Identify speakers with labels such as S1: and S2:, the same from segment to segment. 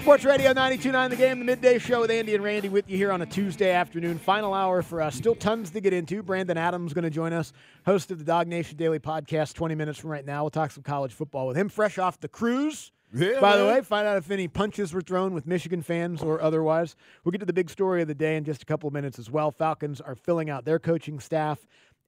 S1: Sports Radio 92.9 The Game, the midday show with Andy and Randy with you here on a Tuesday afternoon. Final hour for us. Still tons to get into. Brandon Adams going to join us, host of the Dog Nation Daily Podcast, 20 minutes from right now. We'll talk some college football with him, fresh off the cruise.
S2: Yeah,
S1: By the
S2: man.
S1: way, find out if any punches were thrown with Michigan fans or otherwise. We'll get to the big story of the day in just a couple of minutes as well. Falcons are filling out their coaching staff,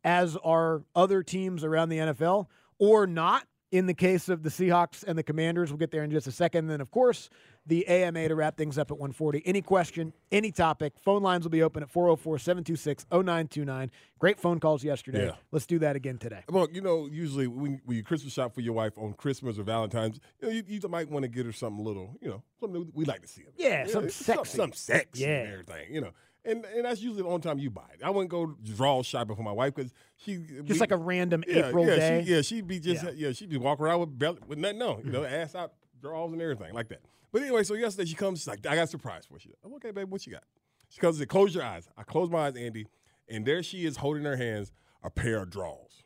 S1: as are other teams around the NFL, or not. In the case of the Seahawks and the Commanders, we'll get there in just a second. And then, of course, the AMA to wrap things up at 1:40. Any question, any topic, phone lines will be open at 404-726-0929. Great phone calls yesterday.
S2: Yeah.
S1: Let's do that again today.
S2: Well, you know, usually when, when you Christmas shop for your wife on Christmas or Valentine's, you, know, you, you might want to get her something little, you know, something we like to see.
S1: Yeah,
S2: You know,
S1: something sexy.
S2: Some, something sexy and
S1: Yeah.
S2: everything, you know. And and that's usually the only time you buy it. I wouldn't go draw shopping for my wife because she
S1: Just like a random April
S2: yeah,
S1: day.
S2: She, yeah, she'd be just
S1: Yeah. Mm.
S2: yeah. she'd be walking around with belly with nothing on, you know, ass out drawers and everything like that. But anyway, so yesterday she comes, she's like, I got a surprise for you. I'm okay, babe, what you got? She comes and said, close your eyes. I close my eyes, Andy, and there she is holding in her hands a pair of drawers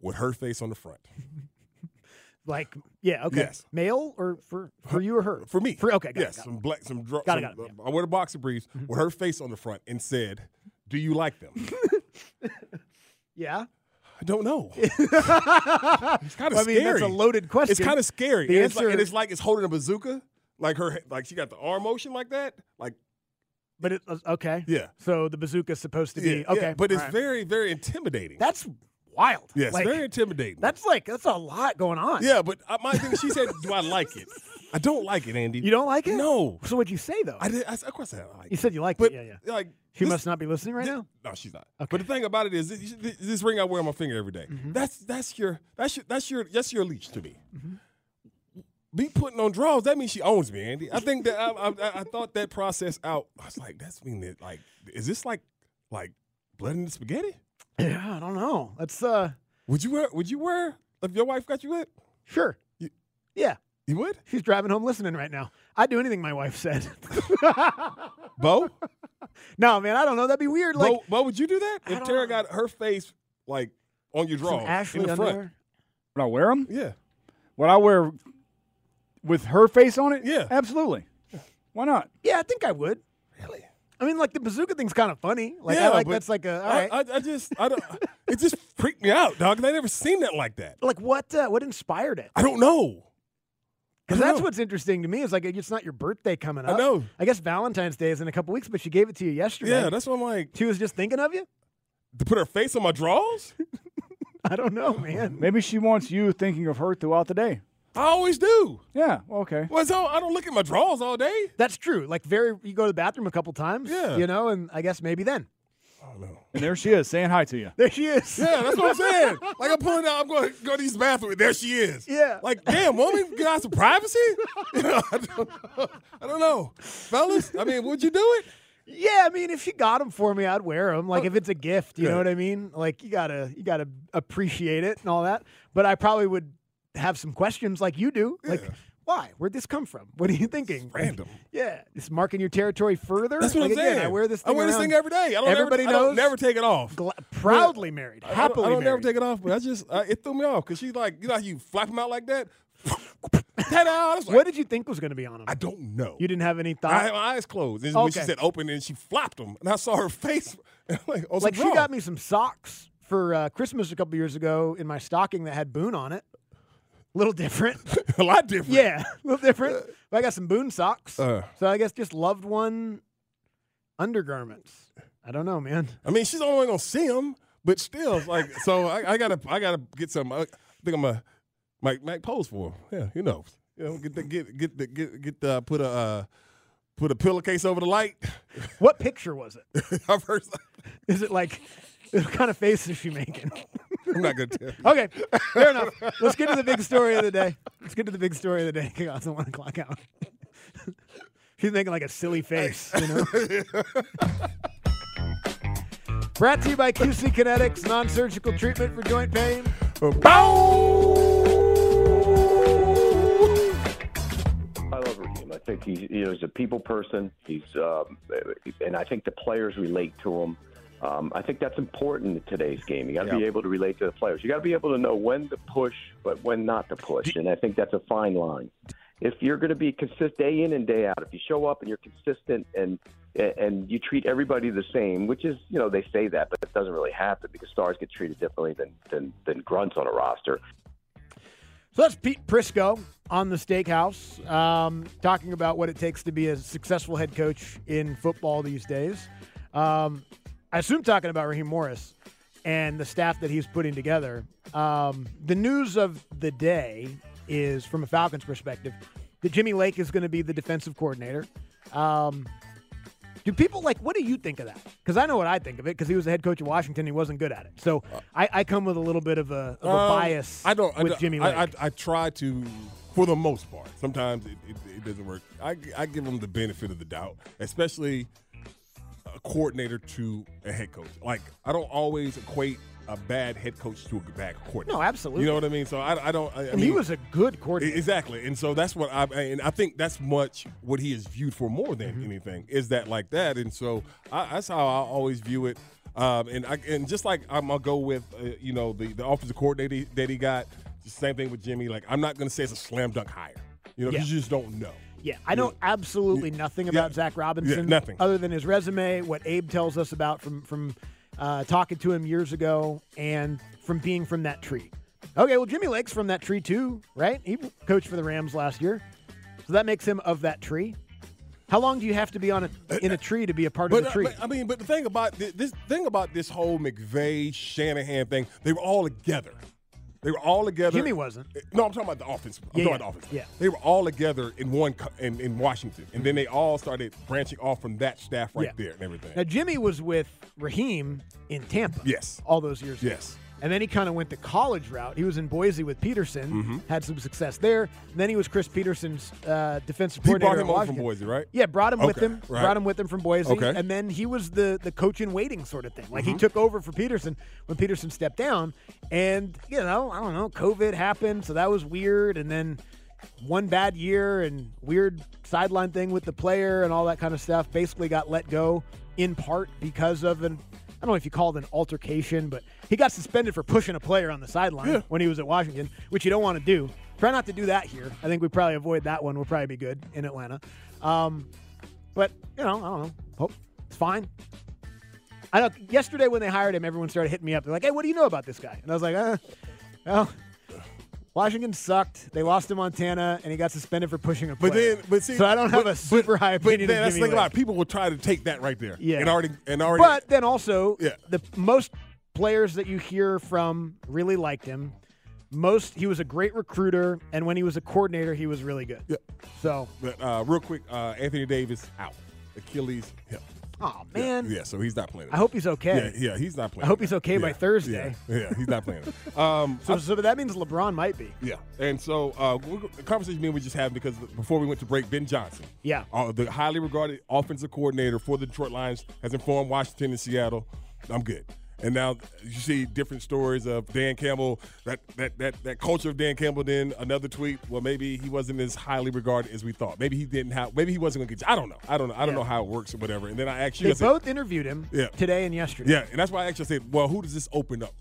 S2: with her face on the front.
S1: Like, yeah, okay.
S2: Yes.
S1: Male or for for you or her?
S2: For me.
S1: For okay, got
S2: yes,
S1: it, got it.
S2: some black some drawers.
S1: Got it, got it, Mm-hmm.
S2: I wear the boxer briefs with her face on the front and said, Do you like them?
S1: Yeah.
S2: I don't know. it's kind of
S1: I mean,
S2: scary.
S1: that's a loaded question.
S2: It's kind of scary.
S1: The
S2: and, it's like,
S1: answer-
S2: and it's like it's holding a bazooka, like her, like she got the arm motion like that, like
S1: But it uh, okay.
S2: Yeah.
S1: So the bazooka's supposed to be
S2: yeah,
S1: okay.
S2: yeah. But it's
S1: all right.
S2: very, very intimidating.
S1: That's wild.
S2: yes,
S1: Like,
S2: very intimidating.
S1: That's like that's a lot going on.
S2: yeah, but uh, my thing, she said, "Do I like it? I don't like it, Andy.
S1: You don't like it?
S2: No,
S1: So what'd you say though?
S2: I did. I, said, of course I don't like
S1: you
S2: it.
S1: said you liked
S2: But
S1: it. Yeah, yeah.
S2: like
S1: She
S2: this-
S1: must not be listening right
S2: thi-
S1: now.
S2: No, she's not. But the thing about it is, this, this- this ring I wear on my finger every day,
S1: Mm-hmm.
S2: That's that's your that's your that's your that's your leash to me.
S1: Mm-hmm.
S2: Me putting on draws, that means she owns me, Andy. I think that I, I, I- I thought that process out. I was like, that's mean that like, is this like like blood in the spaghetti?
S1: Yeah, I don't know. That's uh
S2: Would you wear? Would you wear if your wife got you lit?
S1: sure.
S2: You-
S1: yeah.
S2: You would,
S1: She's driving home listening right now. I'd do anything my wife said.
S2: Bo.
S1: no, man, I don't know. That'd be weird. Like
S2: Bo, Bo, would you do that
S1: I
S2: if
S1: don't
S2: Tara
S1: know.
S2: got her face like on your
S1: some
S2: drawers
S1: Ashley
S2: in the front?
S1: underwear.
S3: Would I wear them?
S2: Yeah.
S3: Would I wear with her face on it?
S2: Yeah.
S3: Absolutely. Why not?
S1: Yeah, I think I would.
S2: Really?
S1: I mean, like the bazooka thing's kind of funny. Like
S2: Yeah,
S1: I like
S2: but
S1: that's like a all
S2: I,
S1: right.
S2: I, I just, I don't. it just freaked me out, dog. 'cause I never seen that like that.
S1: like what uh, what inspired it?
S2: I don't know.
S1: Because
S2: I
S1: that's
S2: know.
S1: what's interesting to me is like it's not your birthday coming
S2: I
S1: up.
S2: know.
S1: I guess Valentine's Day is in a couple weeks, but she gave it to you yesterday.
S2: Yeah, that's what I'm like.
S1: she was just thinking of you.
S2: To put her face on my drawers?
S1: I don't know, man.
S3: Maybe she wants you thinking of her throughout the day.
S2: I always do.
S3: Yeah. well, Okay.
S2: Well, so I don't look at my drawers all day.
S1: That's true. Like very, you go to the bathroom a couple times.
S2: Yeah.
S1: you know, and I guess maybe then
S2: I don't know.
S3: And there she is saying hi to you.
S1: there she is.
S2: Yeah, that's what I'm saying. like I'm pulling out, I'm going to go to these bathrooms. There she is.
S1: Yeah.
S2: Like, damn, woman, you got some privacy? You know, I, don't know. I don't know. Fellas, I mean, would you do it? Oh,
S1: Yeah, I mean, if she got them for me, I'd wear them. Like if it's a gift, you know what I mean. Like you gotta you gotta appreciate it and all that. But I probably would have some questions, like you do. Like, why? Where'd this come from? What are you thinking? Like,
S2: random.
S1: yeah, it's marking your territory further.
S2: That's what
S1: Like,
S2: I'm
S1: again,
S2: saying.
S1: I wear this. Thing
S2: I wear this
S1: around.
S2: thing every day. I don't
S1: Everybody
S2: ever,
S1: knows.
S2: I don't never take it off.
S1: Gla- proudly married,
S2: I don't-
S1: happily
S2: I don't never
S1: married.
S2: take it off, but I just I, it threw me off because she's like, you know, how you flap them out like that. Ta-da! I was like,
S1: What did you think was going to be on them?
S2: I don't know.
S1: you didn't have any thought.
S2: I had my eyes closed. And when she
S1: Okay.
S2: said open, and she flopped them, and I saw her face. And I'm like, oh,
S1: like
S2: something's
S1: she
S2: wrong.
S1: got me some socks for uh, Christmas a couple years ago in my stocking that had Boone on it. Little different,
S2: a lot different.
S1: yeah, a little different. But I got some Boone socks,
S2: Uh.
S1: so I guess just loved one undergarments. I don't know, man.
S2: I mean, she's only gonna see him, but still, it's like, so I, I gotta, I gotta get some. I think I'm a Mike, Mike pose for him. Yeah, you know, you know, get the, get get the, get get the, put a uh, put a pillowcase over the light.
S1: What picture was it?
S2: I've heard.
S1: Is it like what kind of face is she making?
S2: I'm not gonna tell. You.
S1: Okay, fair enough. Let's get to the big story of the day. Let's get to the big story of the day. Kick off the one o'clock hour. She's making like a silly face, you know. Brought to you by QC Kinetics, non-surgical treatment for joint pain.
S4: I love Raheem. I think he's, he is a people person. He's, um, and I think the players relate to him. Um, I think that's important in today's game. You got to be able to relate to the players. You got to be able to know when to push, but when not to push. and I think that's a fine line. If you're going to be consistent day in and day out, if you show up and you're consistent and and you treat everybody the same, which is you know they say that, but it doesn't really happen because stars get treated differently than than, than grunts on a roster.
S1: So that's Pete Prisco on the Steakhouse, um, talking about what it takes to be a successful head coach in football these days. Um, I assume talking about Raheem Morris and the staff that he's putting together. Um, the news of the day is, from a Falcons perspective, that Jimmy Lake is going to be the defensive coordinator. Um, do people like? What do you think of that? Because I know what I think of it. Because he was the head coach of Washington, he wasn't good at it. So I, I come with a little bit of a, of a
S2: Uh, Um,
S1: bias.
S2: I don't. I
S1: with
S2: don't-
S1: Jimmy Lake.
S2: I, I, I try to, for the most part. Sometimes it, it, it doesn't work. I, I give them the benefit of the doubt, especially a coordinator to a head coach. Like I don't always equate a bad head coach to a bad coordinator.
S1: No, absolutely.
S2: You know what I mean? So I, I don't. I, I
S1: And
S2: mean,
S1: he was a good
S2: E-
S1: coordinator.
S2: Exactly, and so that's what I and I think that's much what he is viewed for more than
S1: Mm-hmm.
S2: anything is that like that, and so I, that's how I always view it. Um, and I and just like I'm gonna go with uh, you know the the offensive coordinator that he, that he got, the same thing with Jimmy. Like I'm not gonna say it's a slam dunk hire, you know, 'cause
S1: Yeah.
S2: you just don't know.
S1: yeah, I know absolutely nothing about Zach Robinson.
S2: Yeah, nothing.
S1: Other than his resume, what Abe tells us about from, from uh, talking to him years ago and from being from that tree. Okay, well, Jimmy Lake's from that tree too, right? He coached for the Rams last year. So that makes him of that tree. How long do you have to be on a, in a tree to be a part
S2: But,
S1: of the
S2: uh,
S1: tree?
S2: but I mean, but the thing about thi- this thing about this whole McVay Shanahan thing, they were all together. They were all together.
S1: Jimmy wasn't.
S2: No, I'm talking about the offense. I'm
S1: Yeah,
S2: talking
S1: yeah,
S2: about the offense.
S1: yeah.
S2: They were all together in one co- in, in Washington, and then they all started branching off from that staff right
S1: Yeah.
S2: there and everything.
S1: now, Jimmy was with Raheem in Tampa.
S2: Yes.
S1: All those years ago.
S2: yes.
S1: And then he kind of went the college route. He was in Boise with Peterson,
S2: Mm-hmm.
S1: had some success there. And then he was Chris Peterson's uh, defensive
S2: He
S1: coordinator.
S2: brought
S1: at
S2: him over from
S1: Washington.
S2: Boise, right?
S1: Yeah, brought him with
S2: Okay,
S1: him.
S2: right.
S1: Brought him with him from Boise.
S2: Okay.
S1: And then he was the the coach in waiting sort of thing. Like he took over for Peterson when Peterson stepped down. And, you know, I don't know, COVID happened, so that was weird. And then one bad year and weird sideline thing with the player and all that kind of stuff. Basically got let go in part because of an I don't know if you call it an altercation, but he got suspended for pushing a player on the sideline when he was at Washington, which you don't want to do. Try not to do that here. I think we probably avoid that one. We'll probably be good in Atlanta. Um, but you know, I don't know. Hope it's fine. I know. Yesterday when they hired him, everyone started hitting me up. They're like, "Hey, what do you know about this guy?" And I was like, uh, "Well, Washington sucked. They lost to Montana, and he got suspended for pushing a player."
S2: But then, but see,
S1: so I don't have
S2: but-
S1: a super
S2: but,
S1: high opinion.
S2: But then
S1: of
S2: that's the
S1: Jimmy
S2: thing about it.
S1: Lake.
S2: people will try to take that right there.
S1: Yeah.
S2: and already and already.
S1: But then also,
S2: Yeah.
S1: the most players that you hear from really liked him. Most he was a great recruiter, and when he was a coordinator, he was really good.
S2: Yeah.
S1: So
S2: but, uh, real quick, uh, Anthony Davis out, Achilles hip.
S1: Oh man.
S2: Yeah, so he's not playing.
S1: I hope he's okay.
S2: Yeah, yeah, he's not playing.
S1: I hope he's okay by
S2: Yeah,
S1: Thursday.
S2: Yeah, yeah, he's not playing. um,
S1: So, so that means LeBron might be.
S2: Yeah, and so uh, we- the conversation me and we just had because before we went to break, Ben Johnson,
S1: Yeah.
S2: uh, the highly regarded offensive coordinator for the Detroit Lions, has informed Washington and Seattle, "I'm good." And now you see different stories of Dan Campbell, that that that that culture of Dan Campbell. Then another tweet, well, maybe he wasn't as highly regarded as we thought. Maybe he didn't have. Maybe he wasn't going to get. I don't know. I don't know. I don't know how it works or whatever. And then I actually
S1: They both interviewed him
S2: Yeah.
S1: today and yesterday.
S2: yeah, and that's why I actually said, well, who does this open up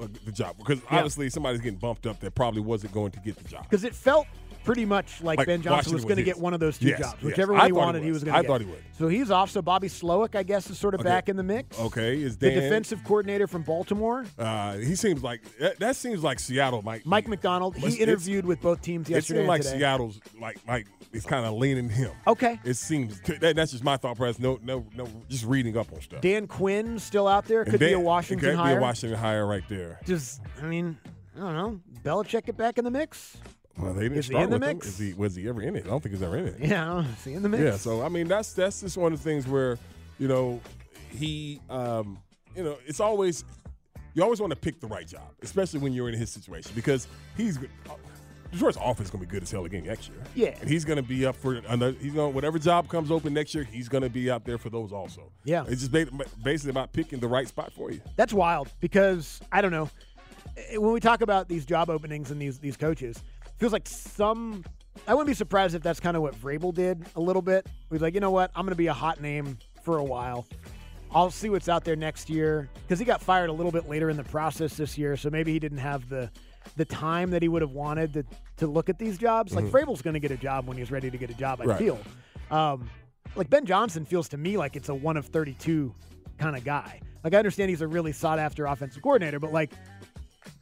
S2: uh, the job? Because obviously somebody's getting bumped up that probably wasn't going to get the job.
S1: Because it felt pretty much like,
S2: Like
S1: Ben Johnson
S2: Washington
S1: was
S2: was
S1: going to
S2: his.
S1: get one of those two
S2: Yes,
S1: jobs,
S2: yes.
S1: whichever one
S2: I
S1: he
S2: thought he
S1: wanted, he
S2: was.
S1: was going to
S2: I
S1: get.
S2: thought he would.
S1: So he's off. So Bobby Slowick, I guess, is sort of
S2: Okay.
S1: back in the mix.
S2: Okay, is
S1: the
S2: Dan-
S1: defensive coordinator from Baltimore,
S2: Uh, he seems like that, that seems like Seattle might.
S1: Mike McDonald.
S2: It's-
S1: He
S2: it's-
S1: interviewed with both teams
S2: It
S1: yesterday.
S2: seems like
S1: and today.
S2: Seattle's like like it's kind of leaning him.
S1: Okay.
S2: It seems that, that's just my thought process. No, no, no. Just reading up on stuff.
S1: Dan Quinn still out there.
S2: And
S1: Could be a
S2: Dan-
S1: Washington
S2: it could
S1: hire.
S2: Be a Washington hire right there.
S1: Just, I mean, I don't know. Belichick get back in the mix.
S2: Well, they didn't
S1: Is he
S2: start
S1: in the
S2: with him.
S1: mix?
S2: Is he was he ever in it? I don't think he's ever in it.
S1: Yeah, I don't know. Is he in the mix?
S2: Yeah, so I mean that's that's just one of the things where, you know, he um, you know, it's always you always want to pick the right job, especially when you're in his situation because he's go- Detroit's offense is going to be good as hell again next year.
S1: Yeah.
S2: and he's going to be up for another. He's going to whatever job comes open next year, he's going to be out there for those also.
S1: Yeah.
S2: it's just ba- basically about picking the right spot for you.
S1: That's wild because I don't know. Eh, When we talk about these job openings and these these coaches, it feels like some. I wouldn't be surprised if that's kind of what Vrabel did a little bit. He's like, you know what? I'm going to be a hot name for a while. I'll see what's out there next year because he got fired a little bit later in the process this year, so maybe he didn't have the the time that he would have wanted to to look at these jobs. Like Vrabel's going to get a job when he's ready to get a job. I
S2: Right.
S1: feel. Um, like Ben Johnson feels to me like it's a one of 32 kind of guy. Like I understand he's a really sought after offensive coordinator, but like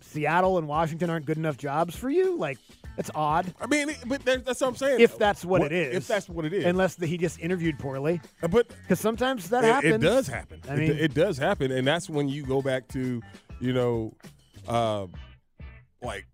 S1: Seattle and Washington aren't good enough jobs for you. Like that's odd.
S2: I mean, it- but there- that's what I'm saying.
S1: If that's what, it is.
S2: if that's what it is, Uh,
S1: Unless the, he just interviewed poorly.
S2: but
S1: Because sometimes that
S2: it,
S1: happens.
S2: It does happen.
S1: I
S2: It
S1: mean-
S2: d- it, does happen, and that's when you go back to, you know, um, like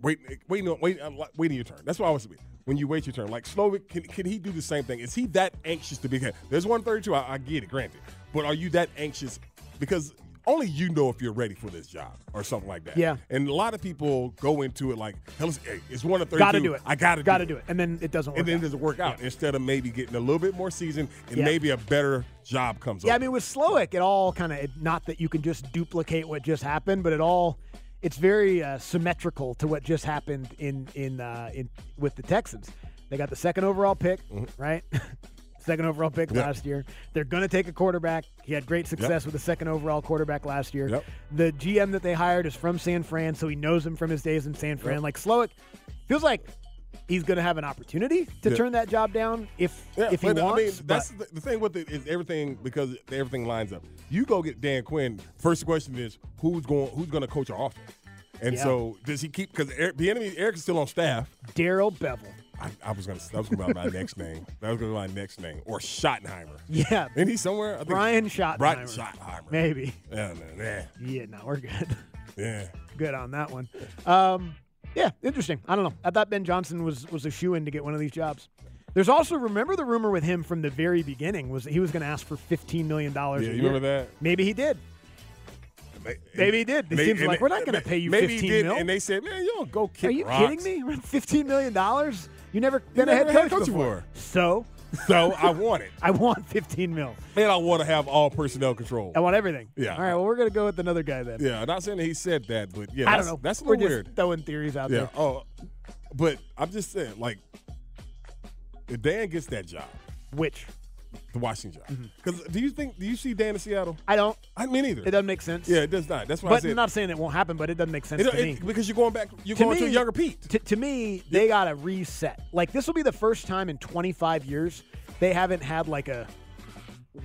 S2: wait, wait, no, wait, uh, like, waiting your turn. That's what I was when you wait your turn. Like Slovak, can, can he do the same thing? Is he that anxious to be? There's 132. I, I get it, granted, but are you that anxious? Because only you know if you're ready for this job or something like that.
S1: Yeah.
S2: And a lot of people go into it like, hell, it's, hey, it's one of 32.
S1: Gotta do it.
S2: I gotta,
S1: Gotta
S2: do it
S1: And then it doesn't work.
S2: and then it
S1: out.
S2: doesn't work out instead of maybe getting a little bit more season and
S1: Yeah.
S2: maybe a better job comes
S1: Yeah, I
S2: up.
S1: mean, with Slowick, it all kind of not that you can just duplicate what just happened, but it all it's very uh, symmetrical to what just happened in in uh, in with the Texans. They got the second overall pick,
S2: Mm-hmm.
S1: right? second overall pick
S2: Yep.
S1: last year. They're going to take a quarterback. He had great success with the second overall quarterback last year.
S2: Yep.
S1: The GM that they hired is from San Fran, so he knows him from his days in San Fran. Like Slowick feels like he's going to have an opportunity to
S2: Yeah.
S1: turn that job down if
S2: Yeah,
S1: if he
S2: but,
S1: wants.
S2: I mean,
S1: but-
S2: that's the, the thing with it is everything because everything lines up. You go get Dan Quinn. First question is who's going who's going to coach our offense, and
S1: Yeah.
S2: so does he keep because Eric, the enemy Eric is still on staff.
S1: Daryl Bevel.
S2: I, I was gonna that was gonna be my next name. That was gonna be my next name or Schottenheimer.
S1: Yeah.
S2: and he's somewhere. I think
S1: Brian
S2: Brian
S1: Schottenheimer.
S2: Schottenheimer.
S1: Maybe.
S2: Yeah, man, yeah,
S1: Yeah, no, we're good.
S2: yeah.
S1: good on that one. Um, yeah, interesting. I don't know. I thought Ben Johnson was was a shoe in to get one of these jobs. There's also remember the rumor with him from the very beginning was that he was going to ask for 15 million dollars.
S2: Yeah, you remember that?
S1: Maybe he did. Maybe he did. It
S2: May-
S1: seems
S2: and
S1: like
S2: they-
S1: we're not gonna pay you
S2: maybe
S1: 15
S2: he did,
S1: mil.
S2: And they said, man, you don't go kick
S1: Are you
S2: rocks.
S1: kidding me? 15 million dollars? You never been a
S2: never
S1: head
S2: had
S1: coach,
S2: a head coach
S1: before.
S2: before.
S1: So
S2: So I want it.
S1: I want 15 mil.
S2: And I want to have all personnel control.
S1: I want everything.
S2: Yeah.
S1: All right. Well, we're going to go with another guy then.
S2: Yeah, not saying that he said that, but yeah,
S1: I
S2: that's,
S1: don't know.
S2: That's a
S1: we're
S2: little
S1: just
S2: weird.
S1: throwing theories out
S2: Yeah.
S1: there.
S2: Oh, but I'm just saying, like, if Dan gets that job,
S1: Which Mm-hmm.
S2: the Washington job, because do you think do you see Dan in Seattle?
S1: I don't.
S2: I mean, either.
S1: It doesn't make sense.
S2: yeah, it does not. That's why I
S1: But
S2: said
S1: I'm not saying it won't happen, but it doesn't make sense
S2: it,
S1: to me.
S2: it- because you're going back. You're
S1: To
S2: going
S1: me-
S2: to a younger Pete.
S1: To, to me, they got to reset. Like this will be the first time in 25 years they haven't had like a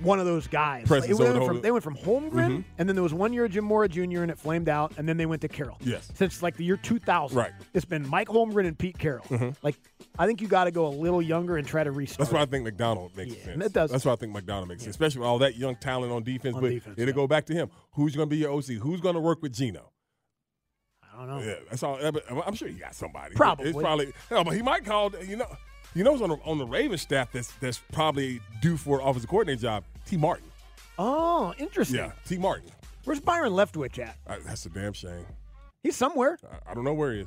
S1: one of those guys. Like,
S2: Presence
S1: it
S2: over
S1: went
S2: the Mm-hmm.
S1: from,
S2: whole-
S1: they went from Holmgren, and then there was one year of Jim Mora Jr. and it flamed out, and then they went to Carroll.
S2: Yes.
S1: since like the year 2000,
S2: Right. Mm-hmm.
S1: It's been Mike Holmgren and Pete Carroll. Like I think you got to go a little younger and try to restart.
S2: That's why I think McDonald makes
S1: Yeah,
S2: sense.
S1: it does.
S2: That's why I think McDonald makes sense, especially with all that young talent on defense.
S1: On
S2: but
S1: defense,
S2: it'll
S1: yeah.
S2: go back to him. Who's going to be your OC? Who's going to work with Gino?
S1: I don't know.
S2: Yeah, that's all. uh, but I'm sure you got somebody.
S1: Probably.
S2: It's probably. Hell, but he might call. You know, you know, who's on the, on the Ravens staff that's that's probably due for an offensive coordinator job. T. Martin.
S1: Oh, interesting.
S2: Yeah, T. Martin.
S1: Where's Byron Leftwich at?
S2: I, that's a damn shame.
S1: He's somewhere.
S2: I, I don't know where he is.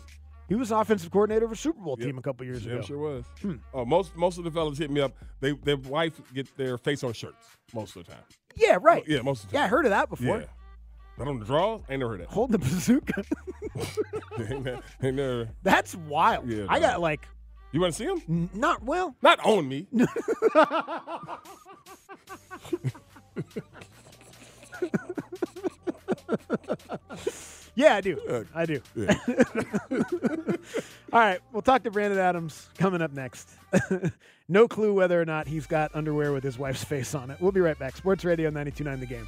S1: He was offensive coordinator of a Super Bowl team a couple years
S2: Damn
S1: ago. Hmm.
S2: sure was. Oh, most most of the fellas hit me up. They their wife get their face on shirts most of the time.
S1: Yeah, right.
S2: Yeah, most of the
S1: Yeah,
S2: time.
S1: I heard of that before.
S2: Yeah. But on the draws, ain't never heard that.
S1: Hold the bazooka.
S2: ain't never, ain't never-
S1: That's wild.
S2: Yeah,
S1: I
S2: no.
S1: got like
S2: You want to see him?
S1: n- not well.
S2: Not on me.
S1: Yeah, I do. I do. All right, we'll talk to Brandon Adams coming up next. no clue whether or not he's got underwear with his wife's face on it. We'll be right back. Sports Radio 929 The Game.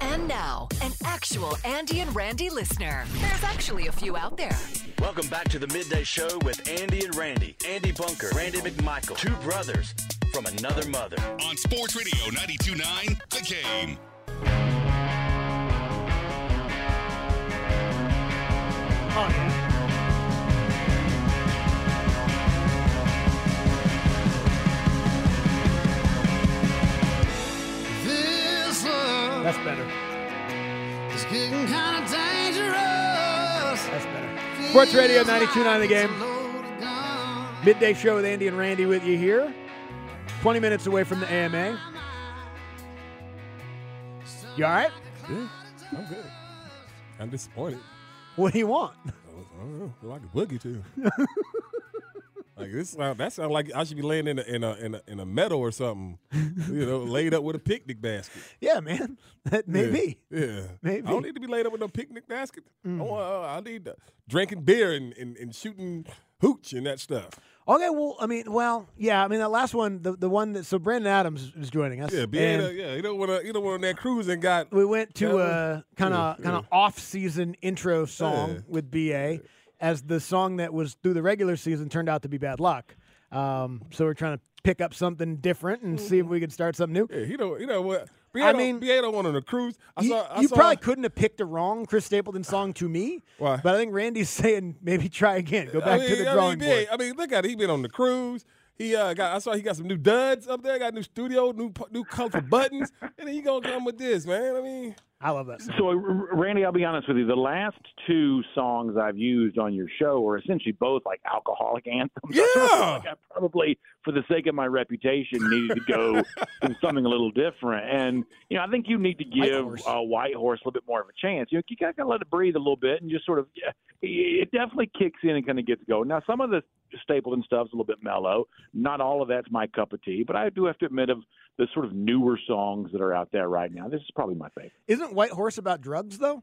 S5: And now, an actual Andy and Randy listener. There's actually a few out there.
S6: Welcome back to the Midday Show with Andy and Randy. Andy Bunker, Randy McMichael, two brothers from another mother.
S7: On Sports Radio 92.9, The Game.
S6: This love
S1: That's better.
S6: is getting kind of dangerous.
S1: That's better. Sports Radio 929 The Game. Midday show with Andy and Randy with you here. 20 minutes away from the AMA. You all right?
S2: Yeah, I'm good. I'm disappointed.
S1: What do you want?
S2: I don't know. Like a boogie too. like this sound, that sounds like I should be laying in a in a in a, in a meadow or something. You know, laid up with a picnic basket.
S1: Yeah, man. That may
S2: Yeah,
S1: be.
S2: Yeah.
S1: Maybe. Mm.
S2: I don't need to be laid up with no picnic basket. I, want, uh, I need uh, drinking beer and, and, and shooting hooch and that stuff.
S1: Okay, well, I mean, well, yeah, I mean, that last one, the, the one that, so Brandon Adams is joining us.
S2: Yeah, being
S1: and
S2: a, yeah, you don't want to you don't want that cruise and got
S1: we went
S2: Yeah,
S1: to uh,
S2: we-
S1: a kind of
S2: yeah,
S1: kind of off-season intro song
S2: Yeah.
S1: with BA as the song that was through the regular season turned out to be Bad Luck. Um, so we're trying to pick up something different and see if we could start something new.
S2: Mm-hmm. yeah, you don't you know what. BA
S1: I
S2: don't-
S1: mean-
S2: BA don't want on a cruise. I
S1: you
S2: saw, I
S1: you
S2: saw,
S1: probably couldn't have picked a wrong Chris Stapleton song to me.
S2: Why?
S1: But I think Randy's saying maybe try again. Go back
S2: I
S1: to
S2: mean-
S1: the
S2: I
S1: drawing
S2: mean,
S1: board.
S2: BA I mean, look at it. He been on the cruise. He uh, got. I saw he got some new duds up there. Got new studio, new pu- new colorful buttons, and then he gonna come with this, man. I mean,
S1: I love that song.
S8: So, R- Randy, I'll be honest with you. The last two songs I've used on your show are essentially both like alcoholic anthems. Yeah. I, I probably, for the sake of my reputation, needed to go with something a little different. And, you know, I think you need to give uh, White Horse a little bit more of a chance. You, know, you got to let it breathe a little bit and just sort of, yeah, it definitely kicks in and kind of gets going. Now, some of the Stapleton stuff's a little bit mellow. Not all of that's my cup of tea, but I do have to admit of the sort of newer songs that are out there right now. This is probably my favorite.
S1: Isn't White Horse about drugs though?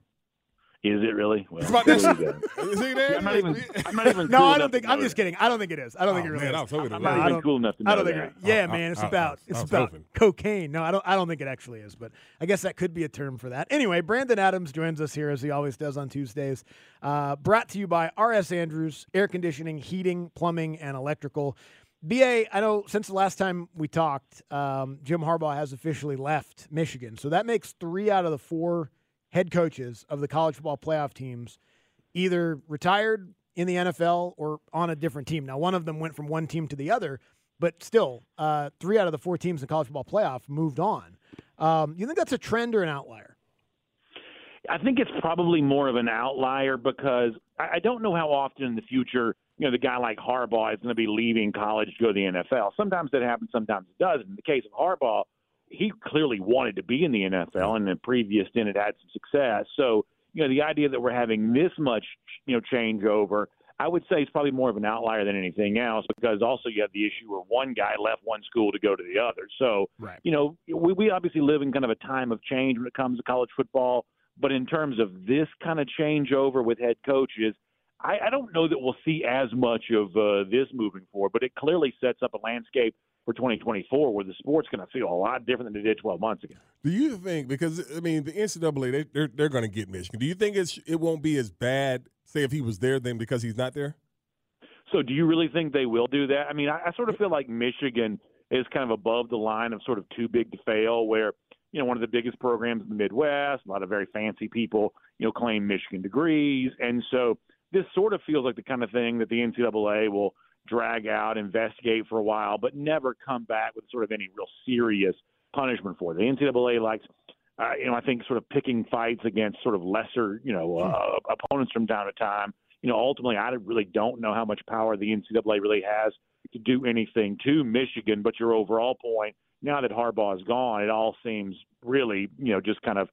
S8: Is it really? Well,
S1: about
S8: there
S1: this-
S8: you go. I'm not even. I'm not even
S1: no,
S8: cool
S1: I don't
S8: enough to
S1: think. I'm
S8: know
S1: just kidding. I don't think it is. I don't think it
S8: Oh,
S1: really
S8: man,
S1: is.
S8: I was hoping it
S1: No,
S8: was. I'm not
S1: I
S8: even
S1: don't-
S8: cool enough to
S1: I don't
S8: know
S1: think. it-
S8: that.
S1: Yeah,
S8: I-
S1: man, it's
S8: I- I-
S1: about
S8: I
S1: it's
S8: was
S1: about
S8: hoping.
S1: cocaine. No, I don't. I don't think it actually is, but I guess that could be a term for that. Anyway, Brandon Adams joins us here as he always does on Tuesdays. Uh, brought to you by R.S. Andrews Air Conditioning, Heating, Plumbing, and Electrical. BA, I know since the last time we talked, um, Jim Harbaugh has officially left Michigan. So that makes three out of the four head coaches of the college football playoff teams either retired in the NFL or on a different team. Now, one of them went from one team to the other, but still, uh, three out of the four teams in college football playoff moved on. Um, you think that's a trend or an outlier?
S8: I think it's probably more of an outlier because I, I don't know how often in the future, you know, the guy like Harbaugh is going to be leaving college to go to the NFL. Sometimes that happens, sometimes it doesn't. In the case of Harbaugh, he clearly wanted to be in the NFL, and in the previous stint it had some success. So, you know, the idea that we're having this much, you know, changeover, I would say it's probably more of an outlier than anything else because also you have the issue where one guy left one school to go to the other. So,
S9: Right.
S8: you know, we, we obviously live in kind of a time of change when it comes to college football. But in terms of this kind of changeover with head coaches, I, I don't know that we'll see as much of uh, this moving forward. But it clearly sets up a landscape for 2024 where the sport's going to feel a lot different than it did 12 months ago.
S2: Do you think because I mean the NCAA they, they're they're going to get Michigan? Do you think it's it won't be as bad? Say if he was there, then because he's not there.
S8: So, do you really think they will do that? I mean, I, I sort of feel like Michigan is kind of above the line of sort of too big to fail, where you know one of the biggest programs in the Midwest, a lot of very fancy people, you know, claim Michigan degrees, and so this sort of feels like the kind of thing that the NCAA will drag out, investigate for a while, but never come back with sort of any real serious punishment for. it. The NCAA likes. Uh, you know, I think sort of picking fights against sort of lesser, you know, uh, opponents from time to time you know, ultimately, I really don't know how much power the NCAA really has to do anything to Michigan. But your overall point, now that Harbaugh is gone, it all seems really, you know, just kind of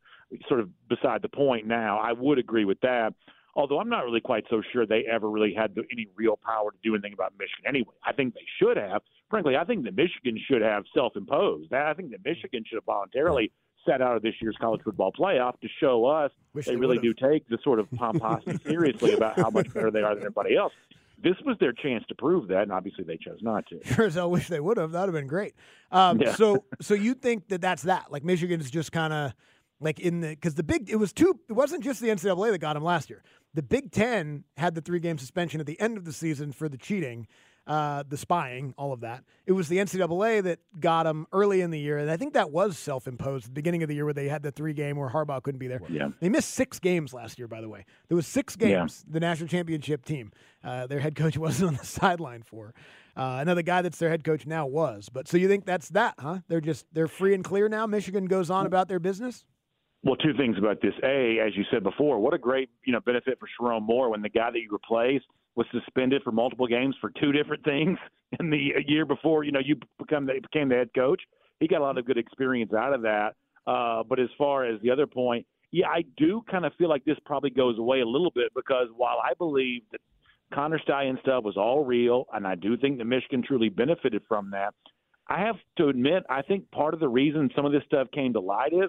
S8: sort of beside the point now. I would agree with that. Although I'm not really quite so sure they ever really had the- any real power to do anything about Michigan anyway. I think they should have. Frankly, I think that Michigan should have self imposed. That I think that Michigan should have voluntarily set out of this year's college football playoff to show us
S10: Wish
S8: they,
S10: they
S8: really
S10: would've.
S8: do do take the sort of pomposity seriously about how much better they are than everybody else. This was their chance to prove that, and obviously they chose not to.
S1: Sure as hell wish they would have. That would have been great. Um,
S8: Yeah.
S1: So, so you think that that's that? Like Michigan's just kind of like in the because the big it was two. It wasn't just the NCAA that got him last year. The Big Ten had the three game suspension at the end of the season for the cheating, uh, the spying, all of that. It was the NCAA that got him early in the year, and I think that was self imposed. The beginning of the year where they had the three game where Harbaugh couldn't be there.
S8: Yeah.
S1: They missed six games last year, by the way. There was six
S8: Yeah.
S1: games the national championship team. Uh, their head coach wasn't on the sideline for. Uh, I know the guy that's their head coach now was, but so you think that's that, huh? They're just they're free and clear now. Michigan goes on about their business.
S8: Well, two things about this. A, as you said before, what a great you know benefit for Sharon Moore when the guy that you replaced was suspended for multiple games for two different things in the year before. You know, you become the, became the head coach. He got a lot of good experience out of that. Uh, but as far as the other point, yeah, I do kind of feel like this probably goes away a little bit because while I believe that Connor Stallion stuff was all real, and I do think that Michigan truly benefited from that. I have to admit, I think part of the reason some of this stuff came to light is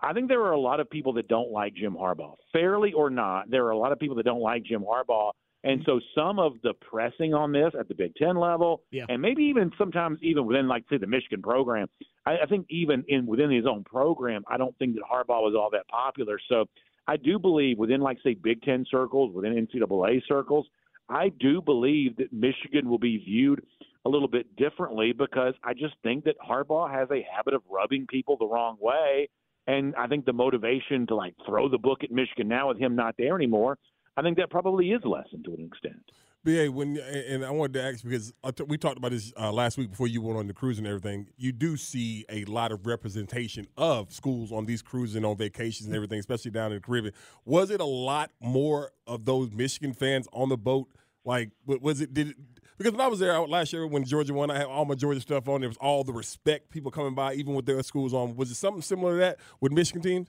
S8: I think there are a lot of people that don't like Jim Harbaugh, fairly or not. There are a lot of people that don't like Jim Harbaugh, and so some of the pressing on this at the Big Ten level,
S11: Yeah.
S8: and maybe even sometimes even within like say the Michigan program, I, I think even in within his own program, I don't think that Harbaugh was all that popular. So I do believe within like say Big Ten circles, within NCAA circles, I do believe that Michigan will be viewed a little bit differently because I just think that Harbaugh has a habit of rubbing people the wrong way. And I think the motivation to like throw the book at Michigan now with him not there anymore, I think that probably is lessened to an extent.
S2: But hey, when and I wanted to ask because I t- we talked about this uh, last week before you went on the cruise and everything. You do see a lot of representation of schools on these cruises and on vacations and everything, especially down in the Caribbean. Was it a lot more of those Michigan fans on the boat? Like, wa- was it did it? Because when I was there I- last year when Georgia won, I had all my Georgia stuff on. There was all the respect people coming by, even with their schools on. Was it something similar to that with Michigan teams?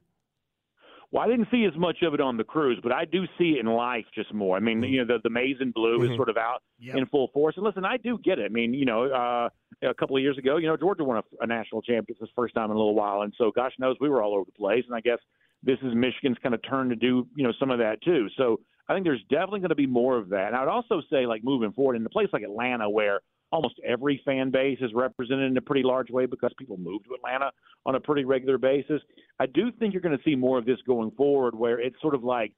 S8: Well, I didn't see as much of it on the cruise, but I do see it in life just more. I mean, you know, the the maize and blue
S2: Mhm.
S8: is sort of out in full force. And listen, I do get it. I mean, you know, uh, a couple of years ago, you know, Georgia won a, a national championship for the first time in a little while, and so gosh knows we were all over the place. And I guess this is Michigan's kind of turn to do you know some of that too. So I think there's definitely going to be more of that. And I would also say, like moving forward, in a place like Atlanta, where almost every fan base is represented in a pretty large way because people move to Atlanta on a pretty regular basis. I do think you're going to see more of this going forward, where it's sort of like,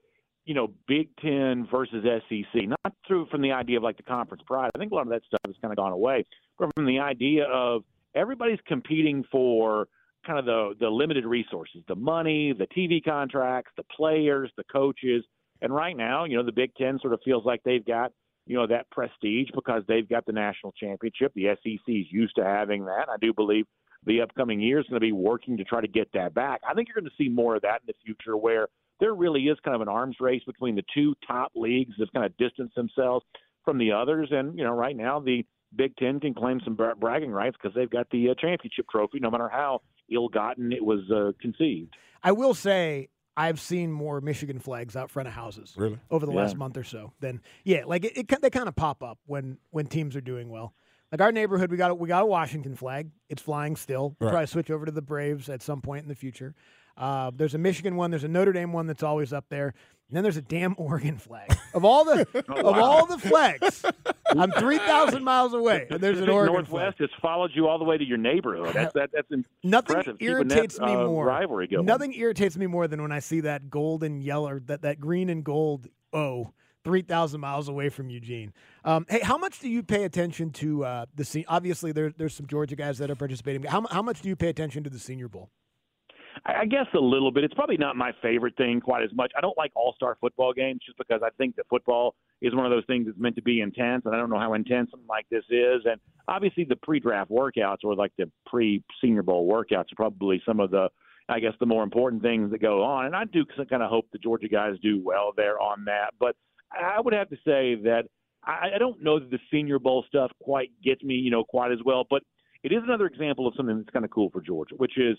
S8: you know, Big Ten versus SEC. Not through from the idea of like the conference pride. I think a lot of that stuff has kind of gone away, but from the idea of everybody's competing for kind of the the limited resources, the money, the TV contracts, the players, the coaches. And right now, you know, the Big Ten sort of feels like they've got you know that prestige because they've got the national championship. The SEC is used to having that. I do believe the upcoming year is going to be working to try to get that back. I think you're going to see more of that in the future, where there really is kind of an arms race between the two top leagues that's kind of distanced themselves from the others. And you know, right now the Big Ten can claim some bra- bragging rights because they've got the uh, championship trophy, no matter how ill-gotten it was uh, conceived.
S1: I will say I've seen more Michigan flags out front of houses
S2: Really?
S1: over the
S8: Yeah.
S1: last month or so. Then yeah, like it, it ki- they kind of pop up when when teams are doing well. Like our neighborhood, we got a- we got a Washington flag. It's flying still. We'll
S9: Right.
S1: Probably switch over to the Braves at some point in the future. Uh, there's a Michigan one. There's a Notre Dame one that's always up there. And then there's a damn Oregon flag. Of all the of
S8: Oh, wow.
S1: all the flags, I'm three thousand miles away, and there's
S8: The
S1: an
S8: Pacific
S1: Oregon flag.
S8: Northwest has followed you all the way to your neighborhood. That's that, that's
S1: Nothing
S8: impressive. keeping
S1: irritates
S8: that,
S1: me
S8: uh,
S1: more.
S8: Rivalry going.
S1: Nothing irritates me more than when I see that gold and yellow, or that that green and gold O, three thousand miles away from Eugene. Um, hey, how much do you pay attention to uh, the scene? Obviously, there, there's some Georgia guys that are participating. How, mu- how much do you pay attention to the Senior Bowl?
S8: I I guess a little bit. It's probably not my favorite thing quite as much. I don't like all star football games just because I think that football is one of those things that's meant to be intense, and I don't know how intense something like this is. And obviously, the pre draft workouts or like the pre Senior Bowl workouts are probably some of the, I guess, the more important things that go on. And I do kind of hope the Georgia guys do well there on that. But I would have to say that I, I don't know that the Senior Bowl stuff quite gets me, you know, quite as well. But it is another example of something that's kind of cool for Georgia, which is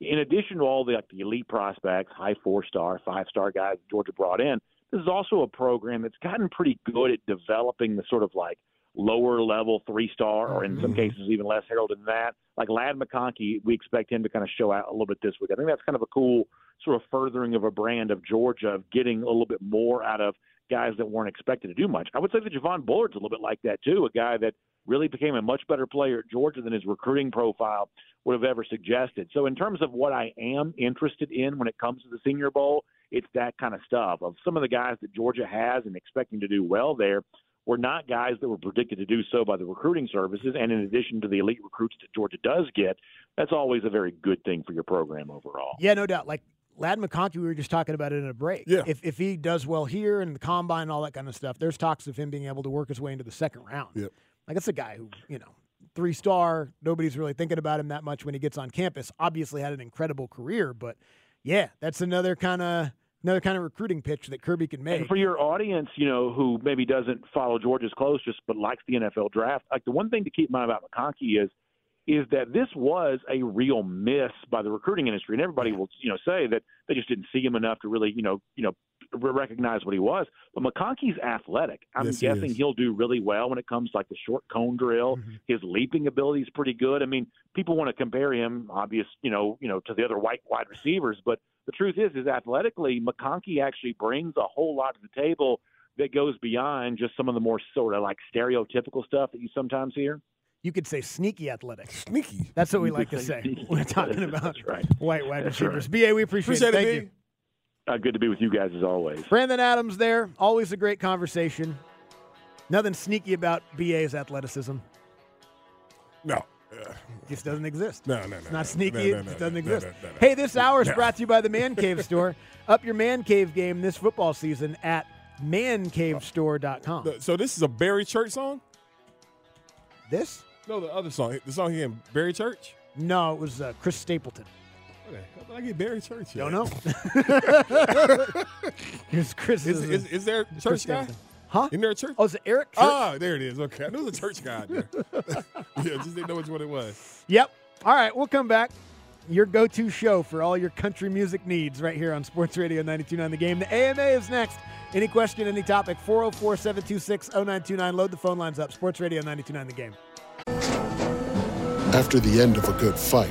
S8: in addition to all the like the elite prospects, high four star, five star guys Georgia brought in, this is also a program that's gotten pretty good at developing the sort of like lower level three star, or in some cases even less heralded than that. Like Lad McConkey, we expect him to kind of show out a little bit this week. I think that's kind of a cool sort of furthering of a brand of Georgia of getting a little bit more out of guys that weren't expected to do much. I would say that Javon Bullard's a little bit like that too, a guy that really became a much better player at Georgia than his recruiting profile would have ever suggested. So in terms of what I am interested in when it comes to the Senior Bowl, it's that kind of stuff of some of the guys that Georgia has and expecting to do well there were not guys that were predicted to do so by the recruiting services and in addition to the elite recruits that Georgia does get, that's always a very good thing for your program overall.
S1: Yeah, no doubt. Like Lad McConkey, we were just talking about it in a break. Yeah. If, if he does well here and the combine and all that kind of stuff, there's talks of him being able to work his way into the second round.
S2: Yep.
S1: Like that's a guy who, you know, three star, nobody's really thinking about him that much when he gets on campus. Obviously had an incredible career, but yeah, that's another kind of another kind of recruiting pitch that Kirby can make.
S8: And for your audience, you know, who maybe doesn't follow Georgia's close, just but likes the NFL draft, like the one thing to keep in mind about McConkey is, is that this was a real miss by the recruiting industry, and everybody will, you know, say that they just didn't see him enough to really, you know, you know, re- recognize what he was. But McConkey's athletic. I'm
S2: Yes, he
S8: guessing
S2: is. Mm-hmm.
S8: he'll do really well when it comes to, like the short cone drill. His leaping ability is pretty good. I mean, people want to compare him, obvious, you know, you know, to the other white wide receivers, but the truth is, is athletically, McConkey actually brings a whole lot to the table that goes beyond just some of the more sort of like stereotypical stuff that you sometimes hear.
S1: You could say sneaky athletic.
S2: Sneaky.
S1: That's what we
S8: You could
S1: like to
S8: say
S1: say.
S8: sneaky
S1: when We're talking about white wide
S8: That's right.
S1: receivers. BA, we appreciate,
S8: Appreciate it,
S1: it. Thank
S8: B.
S1: you.
S8: Uh, good to be with you guys as always.
S1: Brandon Adams there. Always a great conversation. Nothing sneaky about BA's athleticism.
S2: No.
S1: Just doesn't exist.
S2: No, no, no.
S1: It's not sneaky.
S2: No, no,
S1: it
S2: no,
S1: just doesn't
S2: no,
S1: exist.
S2: no, no, no.
S1: Hey, this hour is
S2: No.
S1: brought to you by the Man Cave Store. Up your Man Cave game this football season at mancavestore.com.
S2: The- so this is a Barry Church song?
S1: This?
S2: No, the other song. The song here in Barry Church?
S1: No, it was uh, Chris Stapleton.
S2: Okay. How did I get Barry Church here?
S1: Don't know. Here's Chris.
S2: Is, is, is there a church
S1: Chris
S2: guy?
S1: Stapleton. Huh?
S2: In there a church?
S1: Oh, it's Eric. Church?
S2: Ah, there it is. Okay. I knew it was a church guy out there. yeah, just didn't know which one it was.
S1: Yep. All right, we'll come back. Your go to show for all your country music needs right here on Sports Radio 929 The Game. The AMA is next. Any question, any topic, 404 726 0929. Load the phone lines up. Sports Radio 929 The Game.
S9: After the end of a good fight,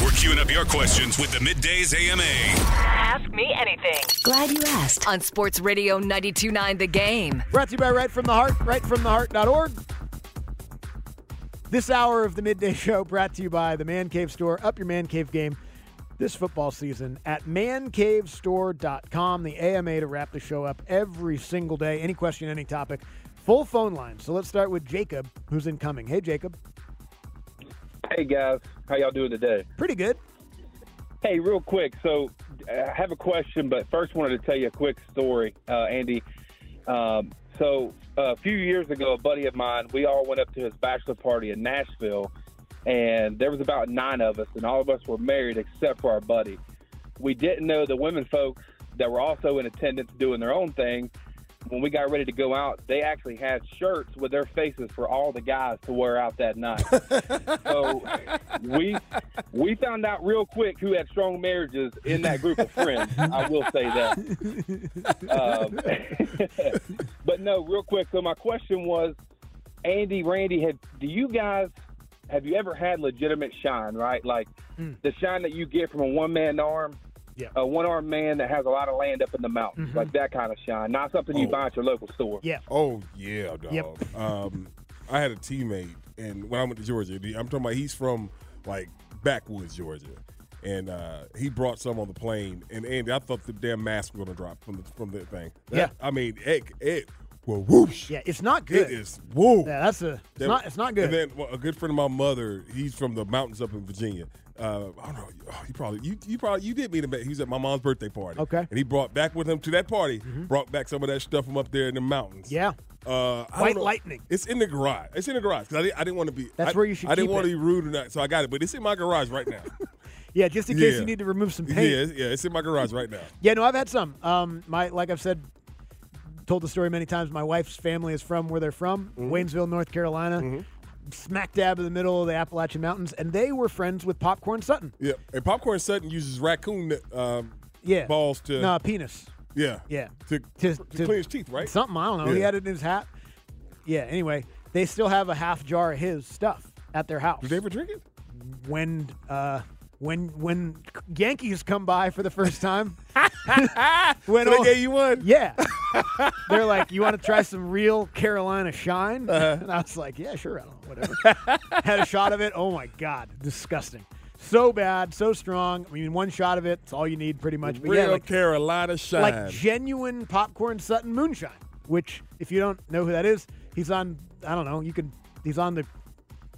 S7: We're queuing up your questions with the Middays AMA.
S5: Ask me anything. Glad you asked. On Sports Radio 929 The Game.
S1: Brought to you by Right From the Heart, rightfromtheheart.org. This hour of the midday show brought to you by the Man Cave Store. Up your Man Cave game this football season at mancavestore.com. The AMA to wrap the show up every single day. Any question, any topic, full phone line. So let's start with Jacob, who's incoming. Hey, Jacob.
S11: Hey guys, how y'all doing today?
S1: Pretty good.
S11: Hey, real quick. So I have a question, but first wanted to tell you a quick story, uh, Andy. Um, so a few years ago, a buddy of mine, we all went up to his bachelor party in Nashville, and there was about nine of us, and all of us were married except for our buddy. We didn't know the women folks that were also in attendance doing their own thing. When we got ready to go out, they actually had shirts with their faces for all the guys to wear out that night. so we we found out real quick who had strong marriages in that group of friends. I will say that. Um, but no, real quick. So my question was, Andy, Randy, had do you guys have you ever had legitimate shine? Right, like the shine that you get from a one man arm,
S1: Hmm. yeah. Mm-hmm.
S11: a one armed man that has a lot of land up in the mountains, like that kind of shine, not something you buy at your local store.
S1: Oh. Yeah.
S2: Oh yeah, dog. Um, I had a teammate, and when I went to Georgia, the- I'm talking about he's from like backwoods Georgia, and uh, he brought some on the plane. And Andy, I thought the damn mask was gonna drop from the from the thing. That-
S1: Yeah.
S2: I mean, it it well whoosh.
S1: Yeah, it's not good.
S2: It is whoa.
S1: Yeah, that's a. It's not. It's not good.
S2: And then well, a good friend of my mother, he's from the mountains up in Virginia. Uh, I don't know. oh, You probably you, you probably you did meet him. At, he was at my mom's birthday party.
S1: Okay. Mm-hmm.
S2: and he brought back with him to that party. Brought back some of that stuff from up there in the mountains.
S1: yeah.
S2: Uh, I
S1: White
S2: don't know.
S1: lightning.
S2: It's in the garage. It's in the garage 'cause I didn't, I didn't want to be.
S1: That's
S2: I-
S1: where you should
S2: I didn't
S1: keep
S2: want
S1: it.
S2: to be rude or not, so I got it. But it's in my garage right now.
S1: Yeah, just in case
S2: Yeah.
S1: you need to remove some
S2: yeah,
S1: paint.
S2: it's- yeah, it's in my garage right now.
S1: Yeah, no, I've had some. Um, my like I've said, told the story many times. My wife's family is from where they're from, Waynesville, North Carolina, smack dab in the middle of the Appalachian Mountains, and they were friends with Popcorn Sutton.
S2: Yeah, and popcorn Sutton uses raccoon um,
S1: Yeah,
S2: balls to
S1: no penis.
S2: yeah
S1: Yeah,
S2: to,
S1: to,
S2: to clean his teeth, right?
S1: Something I don't know. He
S2: Yeah.
S1: had it in his hat. Yeah. Anyway, they still have a half jar of his stuff at their house.
S2: Did they ever drink it?
S1: when uh, when when Yankees come by for the first time. when
S2: So they
S1: all-
S2: gave you one?
S1: Yeah. They're like, you want to try some real Carolina shine?
S2: Uh-huh.
S1: And I was like, yeah, sure, I don't know, whatever. Had a shot of it. Oh my god, disgusting. So bad, so strong. I mean, one shot of it, it's all you need, pretty much. But
S2: Real
S1: yeah, like,
S2: Carolina shine.
S1: like genuine popcorn Sutton moonshine. Which, if you don't know who that is, he's on. I don't know. You can. He's on the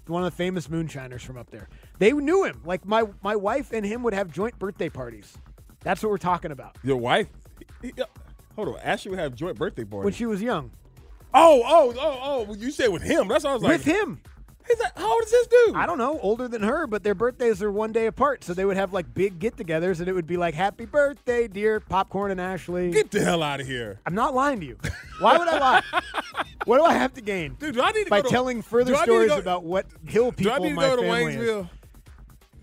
S1: one of the famous moonshiners from up there. They knew him. Like my my wife and him would have joint birthday parties. That's what we're talking about.
S2: Your wife? Hold on. Ashley would have joint birthday party.
S1: When she was young,
S2: oh, oh, oh, oh. well, You said with him. That's what I was like.
S1: with him.
S2: He's like, how old is this dude?
S1: I don't know, older than her, but their birthdays are one day apart, so they would have like big get-togethers, and it would be like "Happy birthday, dear Popcorn and Ashley."
S2: Get the hell out of here.
S1: I'm not lying to you. Why would I lie? What do I have to gain?
S2: Dude, do I need to
S1: by
S2: go to-
S1: telling further
S2: do I need to
S1: stories
S2: go-
S1: about what hill
S2: Do
S1: people
S2: I need to
S1: my
S2: go to
S1: family is.
S2: Waynesville?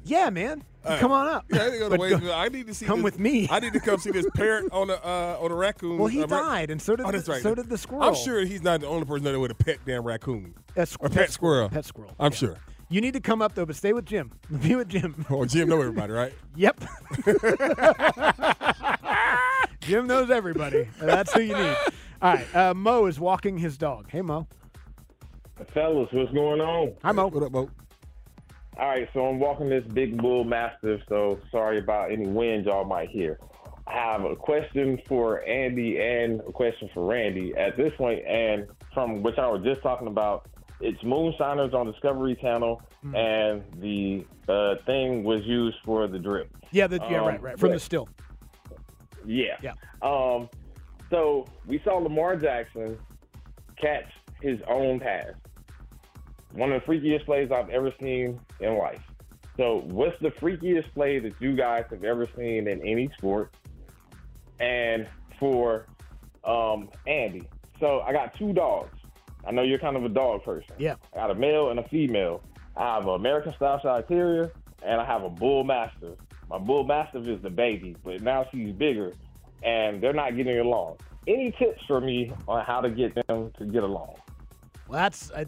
S1: Yeah, man.
S2: All right.
S1: Come on up.
S2: Yeah, I need to go to
S1: But go-
S2: Waynesville. I need to see.
S1: come
S2: this-
S1: with me.
S2: I need to come see this parrot on a uh, on a raccoon.
S1: Well, he
S2: a ra-
S1: died, and so did
S2: oh,
S1: the-
S2: that's right.
S1: so did the
S2: I'm
S1: squirrel.
S2: sure he's not the only person that would have pet damn raccoon.
S1: A squ-
S2: or pet, squirrel.
S1: Pet squirrel.
S2: I'm
S1: yeah.
S2: sure.
S1: You need to come up though, but stay with Jim. Be with Jim.
S2: Oh, Jim know everybody, right?
S1: Yep. Jim knows everybody. and That's who you need. All right. Uh, Mo is walking his dog. Hey, Mo.
S12: Fellas, what's going on?
S1: Hi, Mo.
S2: What up, Mo?
S12: All right, so I'm walking this big bull mastiff, so sorry about any wind y'all might hear. I have a question for Andy and a question for Randy. At this point, and from which I was just talking about, it's Moonshiners on Discovery Channel,
S1: Hmm.
S12: and the uh, thing was used for the drip.
S1: Yeah. The, yeah.
S12: Um,
S1: Right. Right. From
S12: but-
S1: the still.
S12: Yeah. Yeah. Um, so we saw Lamar Jackson catch his own pass. One of the freakiest plays I've ever seen in life. So what's the freakiest play that you guys have ever seen in any sport? And for um, Andy. So I got two dogs. I know you're kind of a dog person.
S1: Yeah.
S12: I got a male and a female. I have an American Style Shot Terrier, and I have a Bull Mastiff. My Bull Mastiff is the baby, but now she's bigger, and they're not getting along. Any tips for me on how to get them to get along?
S1: Well, that's I,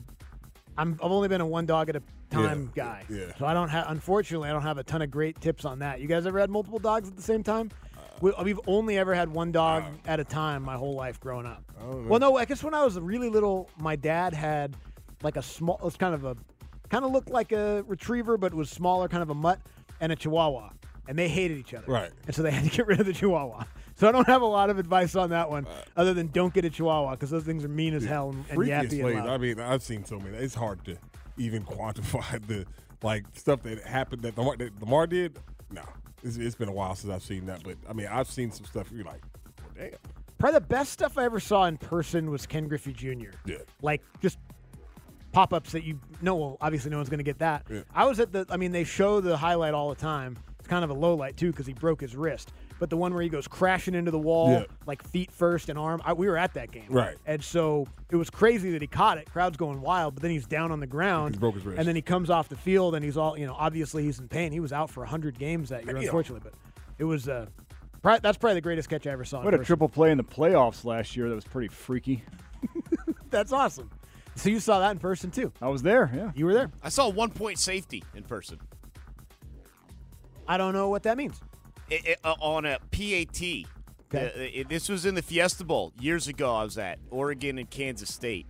S1: I'm. I've only been a one dog at a time guy.
S12: yeah.
S1: So I don't have. Unfortunately, I don't have a ton of great tips on that. You guys ever had multiple dogs at the same time?
S2: Uh,
S1: we, we've only ever had one dog at a time my whole life growing up.
S3: Oh,
S1: Well,
S2: Mm-hmm.
S1: no, I guess when I was really little, my dad had like a small. It was kind of a, kind of looked like a retriever, but was smaller, kind of a mutt, and a chihuahua, and they hated each other.
S2: Right.
S1: And so they had to get rid of the chihuahua. So I don't have a lot of advice on that one,
S2: Uh,
S1: other than don't get a chihuahua because those things are mean as hell and, and
S2: Freakiest
S1: yappy
S2: plays.
S1: and loud.
S2: I mean, I've seen so many. It's hard to even quantify the like stuff that happened that Lamar, that Lamar did. No, it's, it's been a while since I've seen that. But I mean, I've seen some stuff. You're like, well, damn.
S1: Probably the best stuff I ever saw in person was Ken Griffey Jr.
S2: Yeah.
S1: Like just pop ups that you know, well, obviously no one's going to get that.
S2: Yeah.
S1: I was at the, I mean, they show the highlight all the time. It's kind of a low light too because he broke his wrist. But the one where he goes crashing into the wall,
S2: Yeah.
S1: like feet first and arm, I, we were at that game.
S2: Right.
S1: And so it was crazy that he caught it. Crowd's going wild, but then he's down on the ground.
S2: He broke his wrist.
S1: And then he comes off the field and he's all, you know, obviously he's in pain. He was out for 100 games that year,
S3: Damn.
S1: unfortunately. But it was, uh, pri- that's probably the greatest catch I ever saw. in
S3: What a
S1: person.
S3: triple play in the playoffs last year. That was pretty freaky.
S1: That's awesome. So you saw that in person too.
S3: I was there. Yeah.
S1: You were there.
S13: I saw one point safety in person
S1: I don't know what that means.
S13: I- I- uh, on a PAT. Uh, uh, this was in the Fiesta Bowl years ago. I was at Oregon and Kansas State.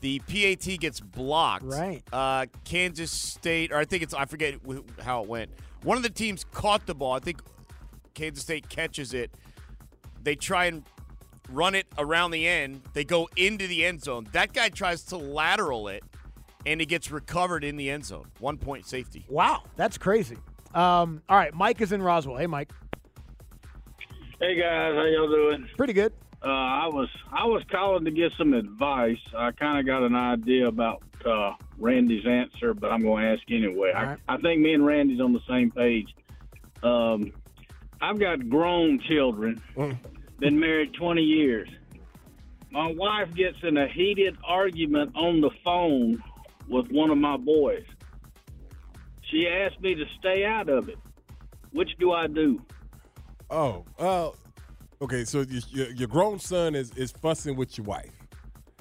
S13: The PAT gets blocked.
S1: Right.
S13: Uh, Kansas State, or I think it's I forget wh- how it went. One of the teams caught the ball. I think Kansas State catches it. They try and run it around the end. They go into the end zone. That guy tries to lateral it, and it gets recovered in the end zone. One point safety.
S1: Wow, that's crazy. Um, all right, Mike is in Roswell. Hey, Mike.
S14: Hey guys, how y'all doing?
S1: Pretty good.
S14: Uh, I was I was calling to get some advice. I kind of got an idea about uh, Randy's answer, but I'm going to ask anyway.
S1: All right.
S14: I, I think me and Randy's on the same page. Um, I've got grown children, been married 20 years. My wife gets in a heated argument on the phone with one of my boys. She asked me to stay out of it. Which do I do?
S2: Oh, uh, okay. So your, your, your grown son is is fussing with your wife,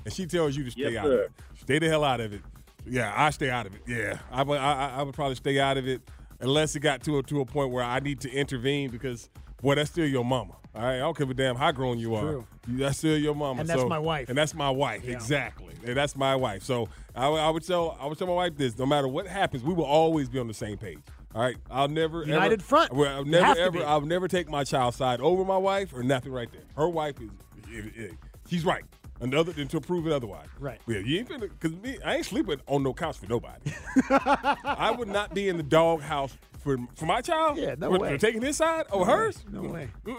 S2: and she tells you to stay
S14: Yes,
S2: out. Of
S14: sir.
S2: it. Stay the hell out of it. Yeah, I stay out of it. Yeah, I would I, I- I would probably stay out of it unless it got to a, to a point where I need to intervene because boy, that's still your mama. All right, I don't give a damn how grown you are.
S1: True.
S2: You- That's still your mama.
S1: And that's
S2: So-
S1: my wife.
S2: And that's my wife.
S1: Yeah.
S2: Exactly. And that's my wife. So I, would- I would tell I would tell my wife this: no matter what happens, we will always be on the same page. All right, I'll never ever-
S1: United front.
S2: Well, I'll
S1: You
S2: never
S1: have to
S2: ever.
S1: be.
S2: I'll never take my child's side over my wife or nothing right there. Her wife is, i- i- she's right. Another than to prove it otherwise.
S1: Right.
S2: Yeah, you ain't finna, cause me, I ain't sleeping on no couch for nobody. I would not be in the doghouse for for my child.
S1: Yeah, no
S2: for,
S1: way.
S2: For taking his side over
S1: No way.
S2: Oh, hers.
S1: No way.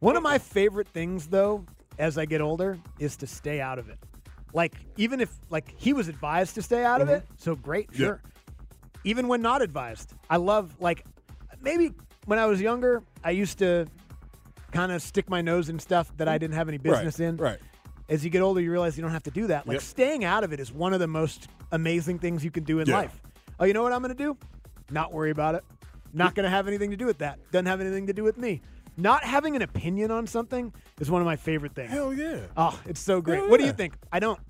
S1: One of my favorite things, though, as I get older, is to stay out of it. Like, even if, like, he was advised to stay out of it, so great,
S2: Yeah.
S1: sure. Even when not advised, I love, like, maybe when I was younger, I used to kind of stick my nose in stuff that I didn't have any
S2: Right,
S1: business in.
S2: Right.
S1: As you get older, you realize you don't have to do that. Like
S3: Yep.
S1: staying out of it is one of the most amazing things you can do in
S3: Yeah.
S1: life. Oh, you know what I'm going to do? Not worry about it. Not going to have anything to do with that. Doesn't have anything to do with me. Not having an opinion on something is one of my favorite things.
S2: Hell yeah.
S1: Oh, it's so great.
S2: Hell
S1: What do
S2: yeah.
S1: you think? I don't.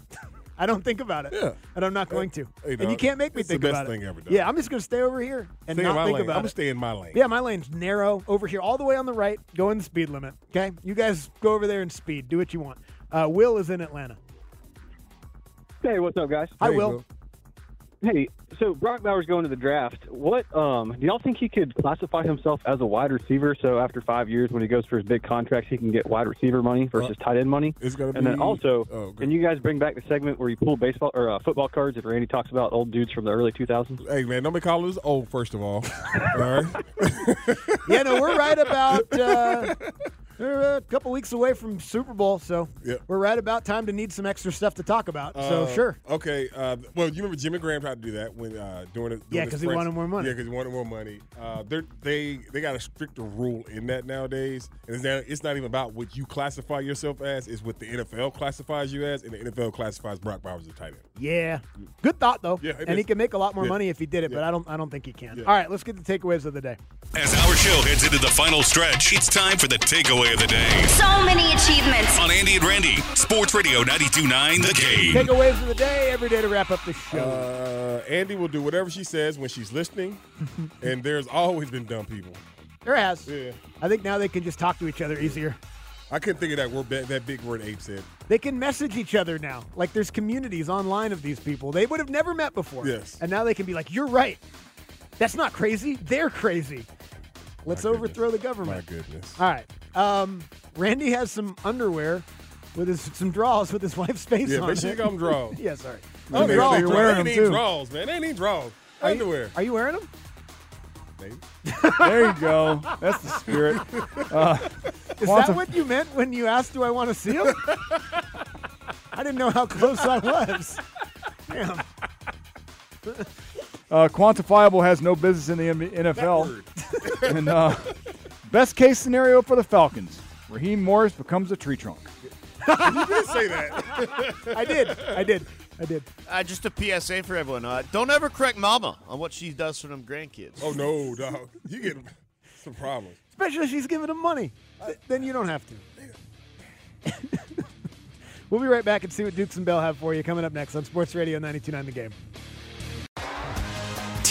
S1: I don't think about it.
S2: Yeah.
S1: And I'm not going to.
S2: Hey,
S1: and you
S2: dog,
S1: can't make me
S2: it's the
S1: think
S2: best
S1: about
S2: thing
S1: it.
S2: ever, dog.
S1: Yeah, I'm just going to stay over here and
S2: Stay in
S1: not
S2: my
S1: think
S2: lane.
S1: about it.
S2: I'm gonna stay in my lane.
S1: Yeah, my lane's narrow over here, all the way on the right, going the speed limit. Okay, you guys go over there and speed. Do what you want. Uh, Will is in Atlanta.
S15: Hey, what's up, guys?
S1: Hi, Hey, Will. Will.
S15: Hey, so Brock Bowers going to the draft. What um, do y'all think he could classify himself as a wide receiver? So after five years, when he goes for his big contracts, he can get wide receiver money versus tight end money.
S2: Uh, It's gonna
S15: and then
S2: be-
S15: also,
S2: oh,
S15: can you guys bring back the segment where you pull baseball or uh, football cards and Randy talks about old dudes from the early 2000s?
S2: Hey man, don't be calling us old. First of all, all right.
S1: Yeah, no, we're right about uh, we're a couple weeks away from Super Bowl, so
S2: Yeah.
S1: we're right about time to need some extra stuff to talk about. so
S2: Uh,
S1: sure,
S2: Okay. Uh, well, you remember Jimmy Graham tried to do that when uh, during it.
S1: Yeah, 'cause he wanted more money.
S2: Yeah, because he wanted more money. Uh, they're- they they got a stricter rule in that nowadays, and it's not, it's not even about what you classify yourself as; it's what the NFL classifies you as, and the NFL classifies Brock Bowers as a tight end.
S1: yeah, good thought though.
S2: Yeah, it
S1: and he
S2: is.
S1: can make a lot more
S2: Yeah.
S1: money if he did it, but
S2: Yeah.
S1: I don't. I don't think he can.
S2: Yeah.
S1: All right, let's get the takeaways of the day.
S16: As our show heads into the final stretch, it's time for the takeaway of the day.
S17: So many achievements.
S16: On Andy and Randy, Sports Radio 929 The Game.
S1: Takeaways of the day every day to wrap up the show.
S2: Uh, Andy will do whatever she says when she's listening, and there's always been dumb people.
S1: there has.
S2: Yeah.
S1: I think now they can just talk to each other easier.
S2: I couldn't think of that word that, that big word Abe said.
S1: They can message each other now. Like there's communities online of these people they would have never met before.
S2: Yes.
S1: And now they can be like, "You're right. That's not crazy. They're crazy. Let's overthrow the government."
S2: My goodness.
S1: All right. Um, Randy has some underwear with his some draws with his wife's face
S2: Yeah,
S1: on.
S2: make sure
S1: it.
S2: you got 'em draws.
S1: yeah, sorry. Oh,
S2: I don't even
S1: Draws.
S2: think they- they ain't draws, man. They ain't even draws.
S1: Are you-
S2: Underwear.
S1: Are you wearing them?
S3: there you go. That's the spirit. Uh,
S1: Is
S3: quantum-
S1: that what you meant when you asked, "Do I want to see him?" I didn't know how close I was. Damn.
S3: uh, quantifiable has no business in the M- NFL. and uh, best case scenario for the Falcons, Raheem Morris becomes a tree trunk.
S2: you did say that.
S1: I did. I did. I did.
S13: Uh, just a PSA for everyone. Uh, don't ever correct mama on what she does for them grandkids.
S2: Oh no, dog. You get some problems.
S1: Especially if she's giving him money. Th- then you don't have to. we'll be right back and see what Dukes and Bell have for you coming up next on Sports Radio 92.9 The Game.